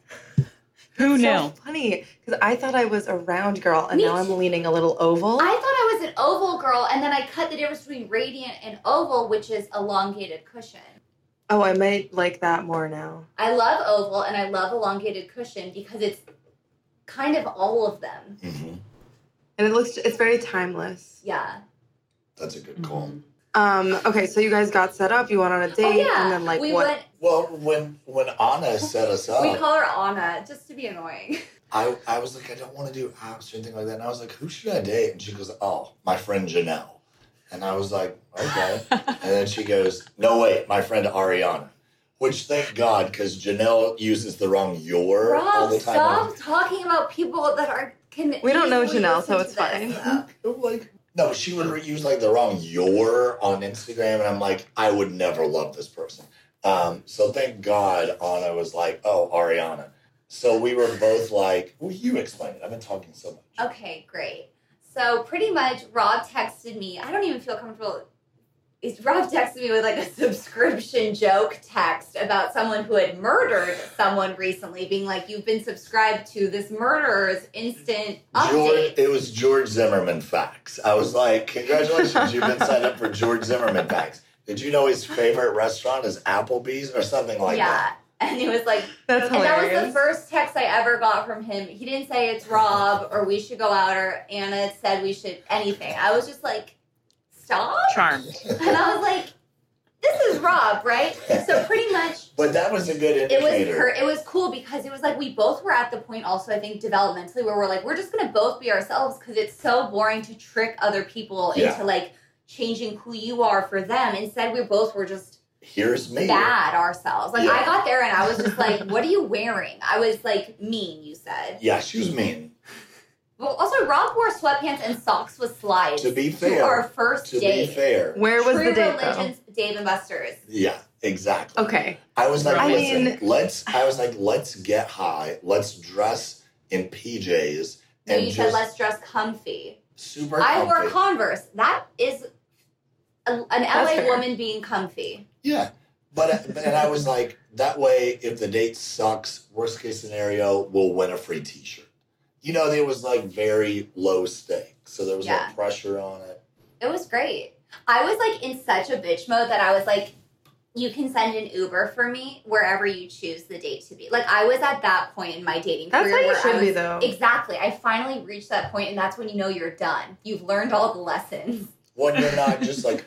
E: so
D: Who knew?
E: funny because I thought I was a round girl and
A: Me
E: now I'm
A: too.
E: leaning a little oval.
A: I, thought I was an oval girl, and then I cut the difference between radiant and oval, which is elongated cushion.
E: oh, I might like that more now.
A: I love oval and I love elongated cushion because it's kind of all of them.
B: hmm
E: And it looks it's very timeless.
A: Yeah.
B: That's a good call.
D: Mhm.
E: Um, okay, so you guys got set up, you went on a date,
A: oh yeah.
E: and then like
A: we
E: what
A: went.
B: Well, when when Anna set us up,
A: we call her Anna just to be annoying.
B: I, I was like, I don't want to do apps or anything like that. And I was like, who should I date? And she goes, oh, my friend Janelle. And I was like, okay. and then she goes, no, wait, my friend Ariana. Which thank God, because Janelle uses the wrong your all
A: Rob,
B: the time.
A: stop talking about people that are can.
E: We don't know
A: easily
E: Janelle,
A: listen
E: so it's
A: to this.
E: fine.
B: I'm like, no, she would use like the wrong your on Instagram. And I'm like, I would never love this person. Um, so thank God Anna was like, oh, Ariana. So we were both like, well, you explain it. I've been talking so much.
A: Okay, great. So pretty much, Rob texted me. I don't even feel comfortable. It's Rob texted me with like a subscription joke text about someone who had murdered someone recently, being like, "You've been subscribed to this murderer's instant
B: George,
A: update."
B: it was George Zimmerman facts. I was like, congratulations, you've been signed up for George Zimmerman facts. Did you know his favorite restaurant is Applebee's or something like
A: yeah, and it was like
E: that's
A: And
E: hilarious.
A: that was the first text I ever got from him. He didn't say it's Rob or we should go out or Anna said we should anything. I was just like, stop.
D: Charmed.
A: And I was like, this is Rob, right? So pretty much
B: that? But that was a good
A: it was
B: indicator.
A: cur- it was cool because it was like we both were at the point also I think developmentally where we're like we're just gonna both be ourselves because it's so boring to trick other people
B: Yeah.
A: into like changing who you are for them. Instead, we both were just
B: Here's me.
A: bad ourselves. Like
B: Yeah.
A: I got there and I was just like, "What are you wearing?" I was like, "Mean," you said.
B: Yeah, she was mean.
A: Well, also Rob wore sweatpants and socks with slides.
B: To be fair,
A: our first
B: To
A: date.
B: be fair.
E: Where was
A: True
E: the date
A: Religions, Dave and Buster's.
B: Yeah, exactly.
E: though? Okay.
B: I was like,
E: I
B: listen,
E: mean-
B: let's I was like, let's get high, let's dress in PJs
A: No,
B: and
A: you
B: just
A: said let's dress comfy.
B: super
A: I wore
B: comfy.
A: Converse. That is a, an LA
E: fair.
A: woman being comfy.
B: Yeah. But, but and I was like, that way, if the date sucks, worst case scenario, we'll win a free T-shirt. you know, there was like very low stakes, so there was
A: Yeah.
B: no pressure on it.
A: It was great. I was like in such a bitch mode that I was like, you can send an Uber for me wherever you choose the date to be. Like I was at that point in my dating
E: That's
A: career.
E: how you
A: where I
E: should be,
A: was-
E: though.
A: Exactly. I finally reached that point, and that's when you know you're done. You've learned all the lessons.
B: When you're not just like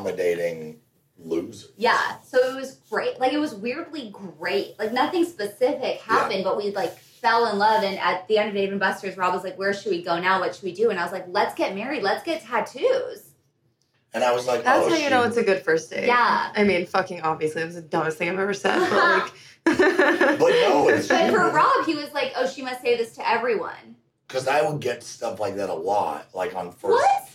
B: accommodating losers.
A: Yeah. So it was great. Like it was weirdly great. Like nothing specific happened, but we like fell in love. And at the end of Dave and Buster's, Rob was like, "Where should we go now? What should we do?" And I was like, "Let's get married. Let's get tattoos."
B: And I was like,
E: That's
B: oh,
E: how you
B: she-
E: know it's a good first date.
A: Yeah.
E: I mean, fucking obviously, it was the dumbest thing I've ever said, but like. but
B: no, it's-
A: But for Rob, he was like, "Oh, she must say this to everyone."
B: Because I would get stuff like that a lot, like on first
A: What?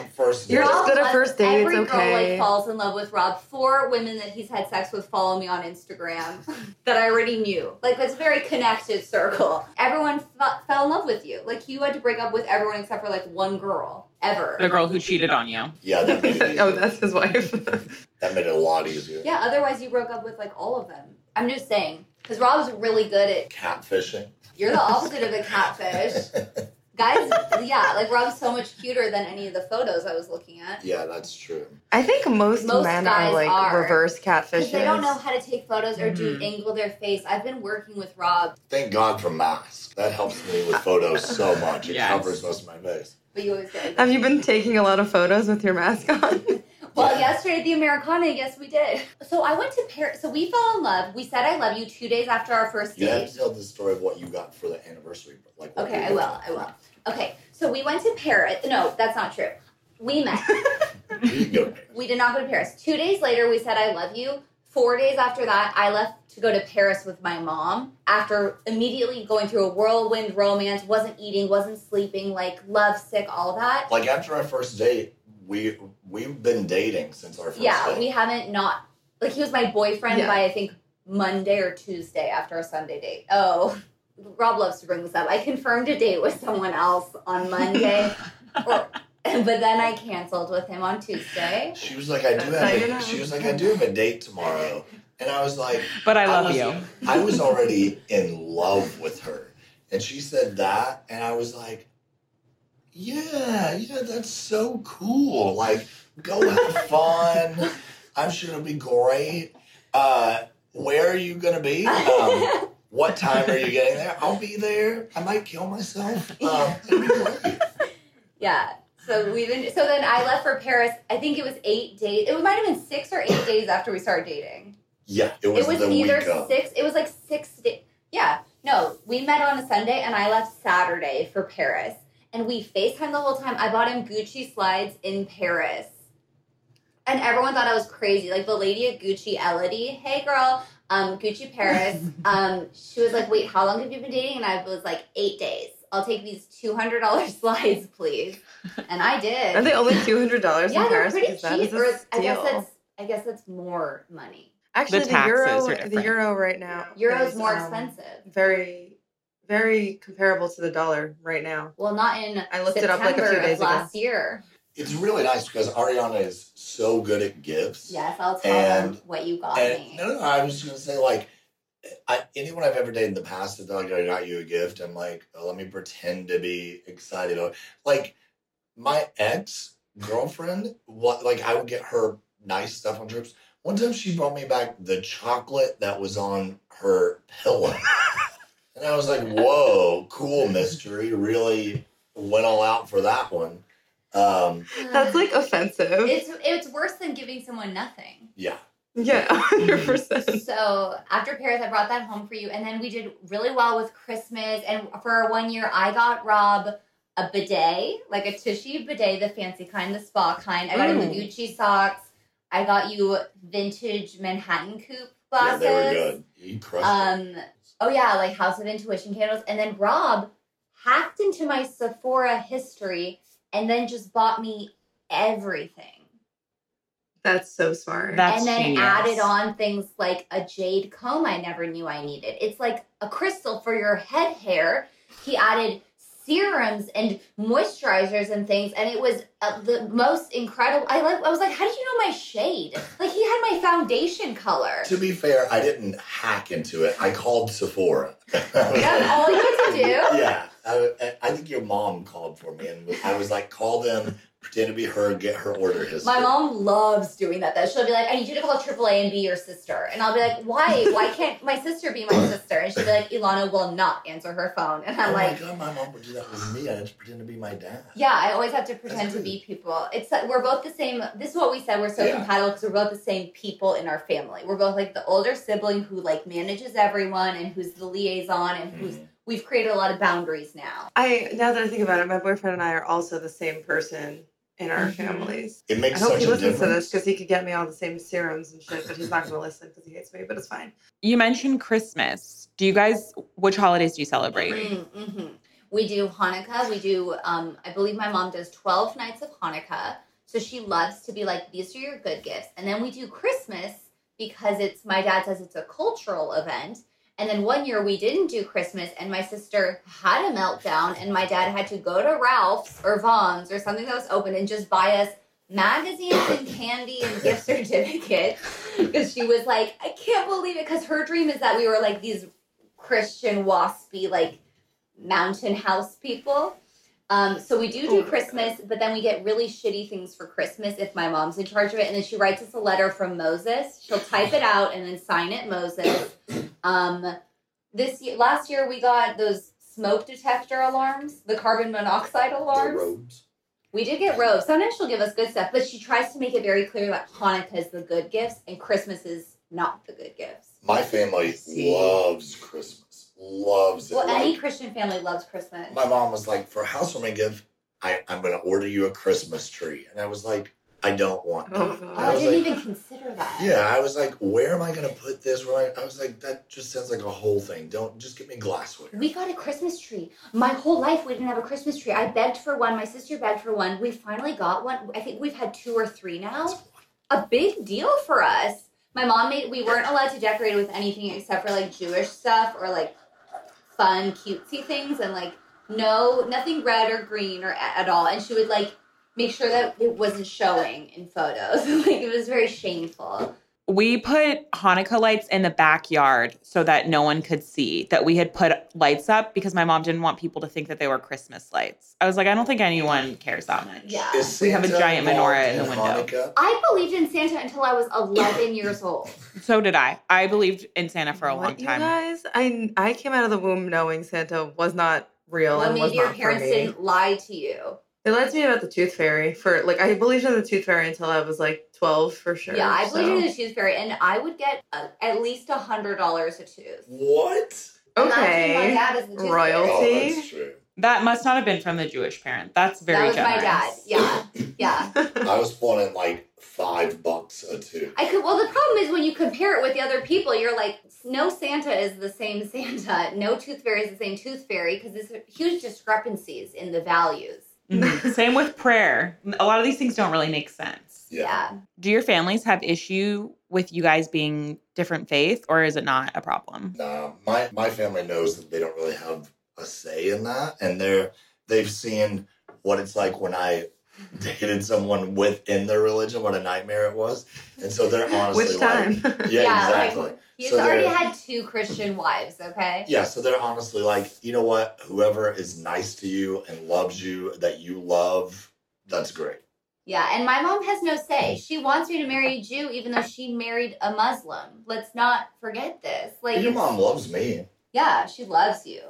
B: on first
E: You're
B: date.
E: just good at
A: loves-
E: first dates,
A: Every girl
E: okay.
A: like falls in love with Rob. Four women that he's had sex with follow me on Instagram that I already knew. Like that's a very connected circle. Everyone f- fell in love with you. Like you had to break up with everyone except for like one girl ever.
D: The girl who cheated on you.
B: yeah, that made, it,
E: oh, that's his wife.
B: that made it a lot easier.
A: Yeah, otherwise you broke up with like all of them. I'm just saying. Because Rob's really good at
B: Catfishing.
A: you're the opposite of a catfish. Guys, yeah, like Rob's so much cuter than any of the photos I was looking at.
B: yeah, that's true.
E: I think most,
A: Most
E: men
A: guys
E: are like
A: are.
E: reverse catfishes. Mm-hmm.
A: Because they don't know how to take photos or do
D: Mhm.
A: angle their face. I've been working with Rob,
B: Thank God for masks. That helps me with photos so much. It
D: Yes.
B: covers most of my face.
A: but you always say,
E: Have you been taking a lot of photos with your mask on?
A: Well, yesterday at the Americana, yes, we did. So I went to Paris. So we fell in love. We said I love you two days after our first
B: You have
A: date.
B: to tell the story of what you got for the anniversary. Like what
A: Okay,
B: you
A: I will.
B: got.
A: I will. Okay, so we went to Paris. No, that's not true. We met.
B: You can go.
A: we did not go to Paris. Two days later, we said I love you. Four days after that, I left to go to Paris with my mom after immediately going through a whirlwind romance, wasn't eating, wasn't sleeping, like lovesick, all that.
B: Like after our first date, we we've been dating since our first
A: Yeah,
B: date.
A: we haven't not like he was my boyfriend
E: Yeah.
A: by I think Monday or Tuesday after our Sunday date. Oh, Rob loves to bring this up. I confirmed a date with someone else on Monday, or, but then I canceled with him on Tuesday.
B: she was like, I do
E: That's how you
B: have.
E: know.
B: A, she was like, I do have a date tomorrow, and I was like,
D: But I love
B: was-
D: you.
B: I was already in love with her. And she said that, and I was like, yeah, yeah, that's so cool. Like, go have fun. I'm sure it'll be great. Uh, where are you going to be? Um, what time are you getting there? I'll be there. I might kill myself. Um, it'll be great.
A: Yeah. So we then so then I left for Paris. I think it was eight days. It might have been six or eight days after we started dating.
B: Yeah, it was, the
A: either
B: week of.
A: six. It was like six. Day, yeah. No, we met on a Sunday, and I left Saturday for Paris, and we Facetime the whole time. I bought him Gucci slides in Paris, and everyone thought I was crazy. Like the lady at Gucci, Elodie. Hey, girl. Um, Gucci Paris. Um, she was like, "Wait, how long have you been dating?" And I was like, eight days. I'll take these two hundred dollars slides, please." And I did.
E: Are they only two hundred dollars
A: yeah,
E: in
A: they're
E: Paris?
A: pretty
E: Because
A: cheap.
E: that is a
A: Or it's- I guess
E: steal.
A: that's I guess that's more money.
E: Actually,
D: The
E: the,
D: taxes are
E: euro, the
D: different.
E: euro right now.
A: Euro's
E: is,
A: more
E: um,
A: expensive.
E: Very, very comparable to the dollar right now.
A: Well, not in
E: I looked it
A: September
E: up, like, a few days
A: of
E: ago.
A: last year.
B: It's really nice because Ariana is so good at gifts.
A: Yes, I'll tell
B: And-
A: them what you got
B: And,
A: me.
B: no, no, I was just gonna say like, I, anyone I've ever dated in the past that's like, I got you a gift. I'm like, oh, let me pretend to be excited. Or, Like my ex girlfriend, what like I would get her nice stuff on trips. One time she brought me back the chocolate that was on her pillow, and I was like, whoa, cool mystery, really went all out for that one. Um,
E: That's like offensive.
A: Uh, it's it's worse than giving someone nothing.
B: yeah,
E: yeah, hundred percent.
A: So after Paris, I brought that home for you, and then we did really well with Christmas. And for our one year, I got Rob a bidet, like a Tushy bidet, the fancy kind, the spa kind. I got him the
D: Ooh.
A: Gucci socks. I got you vintage Manhattan coupe
B: yeah,
A: glasses.
B: they were good. You crushed it.
A: Um, oh yeah, like House of Intuition candles, and then Rob hacked into my Sephora history and then just bought me everything,
E: That's so smart.
D: That's
A: and then
D: genius.
A: added on things like a jade comb I never knew I needed. It's like a crystal for your head hair. He added serums and moisturizers and things, and it was uh, the most incredible. I like. I was like, how did you know my shade? Like he had my foundation color.
B: To be fair, I didn't hack into it. I called Sephora. I was
A: That's all you had to do.
B: like, yeah. I, I- I think your mom called for me, and I was like, call them, pretend to be her, get her order history.
A: My mom loves doing that though. She'll be like, I need you to call AAA and be your sister. And I'll be like, why? Why can't my sister be my sister? And she'll be like, Ilana will not answer her phone. And I'm
B: oh
A: like,
B: my god, my mom would do that with me. I had to pretend to be my dad.
A: yeah, I always have to pretend to be people. It's that we're both the same. This is what we said. We're so
B: Yeah.
A: compatible because we're both the same people in our family. We're both like the older sibling who like manages everyone and who's the liaison and who's
B: Mhm.
A: we've created a lot of boundaries now.
E: I now that I think about it, my boyfriend and I are also the same person in our
A: Mhm.
E: families.
B: It
E: I
B: makes
E: hope
B: such
E: he
B: a
E: listens to
B: difference.
E: this because he could get me all the same serums and shit, but he's not going to listen because he hates me. But it's fine.
D: You mentioned Christmas. Do you guys, which holidays do you celebrate?
A: Mm, mhm. We do Hanukkah. We do, um, I believe my mom does 12 nights of Hanukkah. So she loves to be like, these are your good gifts. And then we do Christmas because it's, my dad says it's a cultural event. And then one year we didn't do Christmas and my sister had a meltdown and my dad had to go to Ralph's or Vaughn's or something that was open and just buy us magazines and candy and gift certificates because she was like, I can't believe it. Because her dream is that we were like these Christian waspy, like mountain house people. Um, so we do do
E: Oh my
A: Christmas, but then we get really shitty things for Christmas if my mom's in charge of it. And then she writes us a letter from Moses. She'll type it out and then sign it Moses. Um, this year, last year we got those smoke detector alarms, the carbon monoxide
B: The
A: alarms.
B: robes.
A: We did get robes. Sometimes she'll give us good stuff, but she tries to make it very clear that Hanukkah is the good gifts and Christmas is not the good gifts.
B: My family
A: See.
B: loves Christmas. Loves it.
A: Well,
B: Like,
A: any Christian family loves Christmas.
B: my mom was like, for a housewarming gift, I, I'm going to order you a Christmas tree. And I was like, I don't want that.
E: Oh,
A: Oh,
E: God.
A: I,
B: I was
A: didn't
B: like,
A: even consider that.
B: yeah, I was like, where am I going to put this? Where am I, I was like, that just sounds like a whole thing. Don't just give me glassware.
A: We got a Christmas tree. My whole life we didn't have a Christmas tree. I begged for one. My sister begged for one. We finally got one. I think we've had two or three now. A big deal for us. My mom made. We weren't allowed to decorate with anything except for like Jewish stuff or like fun cutesy things and like no nothing red or green or a- at all. And she would like make sure that it wasn't showing in photos. like it was very shameful.
D: We put Hanukkah lights in the backyard so that no one could see that we had put lights up because my mom didn't want people to think that they were Christmas lights. I was like, I don't think anyone cares that much.
A: Yeah.
B: Is
D: We have a
B: Santa
D: giant menorah in the
B: involved Hanukkah?
A: I believed in Santa until I was 11 years old.
D: So did I. I believed in Santa for a
E: What,
D: long
E: you
D: time.
E: guys, I I came out of the womb knowing Santa was not real
A: Well,
E: and was
A: maybe your
E: not for
A: parents
E: me.
A: didn't lie to you.
E: They lied to me about the tooth fairy for like I believed in the tooth fairy until I was like twelve for sure.
A: yeah, I believe
E: so-
A: in the tooth fairy, and I would get uh at least a hundred dollars a tooth.
B: What?
A: Imagine my
E: Okay,
A: dad is the tooth
E: Royal.
A: fairy.
B: Oh,
E: See?
B: that's true.
D: That must not have been from the Jewish parent. That's very
A: that was
D: generous.
A: my dad. Yeah, yeah.
B: I was pulling in like five bucks a two.
A: I could. Well, the problem is when you compare it with the other people, you're like, no Santa is the same Santa, no tooth fairy is the same tooth fairy, because there's huge discrepancies in the values.
D: Mhm. Same with prayer. A lot of these things don't really make sense.
A: Yeah.
D: Do your families have issue with you guys being different faith or is it not a problem?
B: Nah, my my family knows that they don't really have a say in that, and they're they've seen what it's like when I dated someone within their religion, what a nightmare it was, and so they're honestly
E: which
B: like,
E: time?
B: yeah,
A: Yeah, like-
B: exactly.
A: He's
B: So
A: already
B: they're-
A: had two Christian wives. Okay.
B: Yeah, so they're honestly like, you know what? Whoever is nice to you and loves you, that you love, that's great.
A: Yeah, and my mom has no say. She wants me to marry a Jew, even though she married a Muslim. Let's not forget this. Like,
B: Your mom loves me.
A: yeah, she loves you.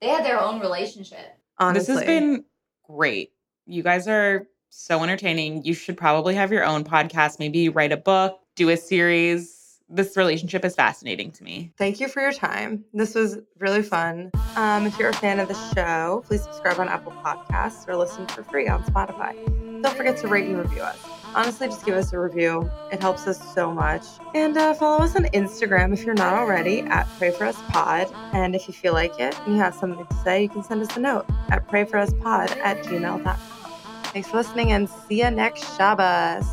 A: They had their own relationship.
E: Honestly,
D: This has been great. You guys are so entertaining. You should probably have your own podcast, maybe write a book, do a series. This relationship is fascinating to me.
E: Thank you for your time. This was really fun. Um, if you're a fan of the show, please subscribe on Apple Podcasts or listen for free on Spotify. Don't forget to rate and review us. Honestly, just give us a review. It helps us so much. And uh, follow us on Instagram if you're not already at Pray For Us Pod. And if you feel like it and you have something to say, you can send us a note at prayforuspod at gmail.com. Thanks for listening and see you next Shabbos.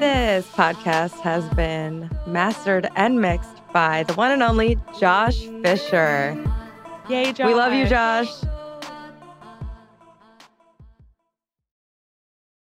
E: This podcast has been mastered and mixed by the one and only Josh Fisher.
D: Yay,
E: We love you, Josh.